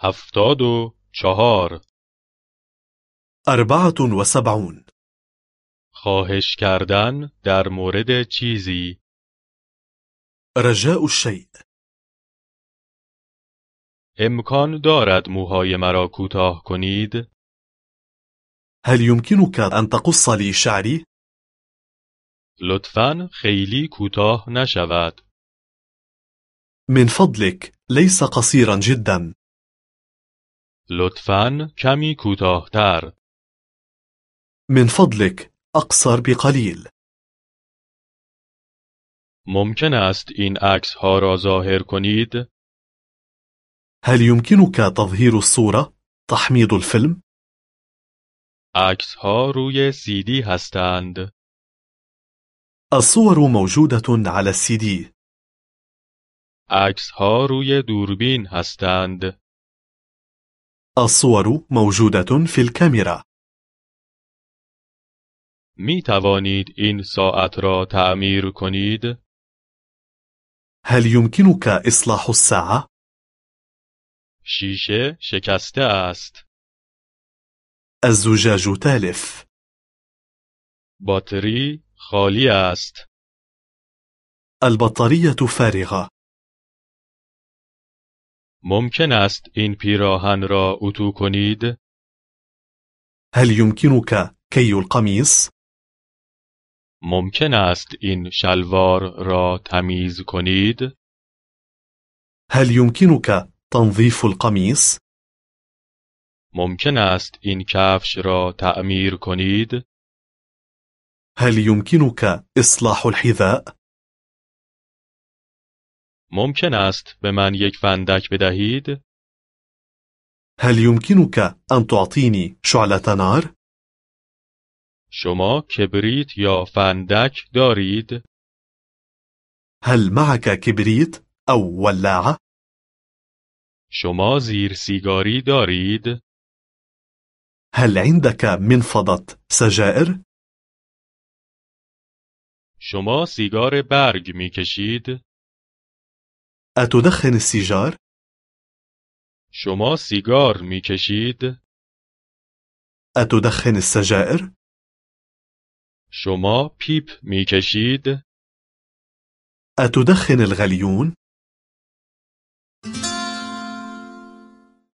هفتاد و چهار أربعة وسبعون خواهش کردن در مورد چیزی رجاء الشيء امکان دارد موهای مرا کوتاه کنید هل يمكنك أن تقص لي شعري؟ لطفا خیلی کوتاه نشود من فضلك ليس قصيرا جدا لطفا کمی کوتاهتر من فضلك أقصر بقليل ممکن است این عکس ها را ظاهر کنید هل يمكنك تظهير الصورة؟ تحميض الفيلم؟ عکس ها روی سیدی هستند الصور موجودة على السي دي عکس ها روی دوربین هستند الصور موجودة في الكاميرا می توانید این ساعت را تعمیر کنید هل يمكنك إصلاح الساعة؟ شیشه شکسته است الزجاج تالف باتری خالی است البطارية فارغة ممکن است این پیراهن را اتو کنید هل يمكنك كي القميص؟ ممکن است این شلوار را تمیز کنید هل يمكنك تنظيف القميص؟ ممکن است این کفش را تعمیر کنید هل يمكنك إصلاح الحذاء؟ ممکن است به من یک فندک بدهید هل يمكنك أن تعطيني شعلة نار؟ شما کبریت یا فندک دارید هل معك كبريت أو ولاعة؟ شما زیر سیگاری دارید هل عندك منفضة سجائر؟ شما سیگار برگ می کشید أتدخن السيجار؟ شما سیگار می کشید أتدخن السجائر؟ شما پیپ می کشید أتدخن الغليون؟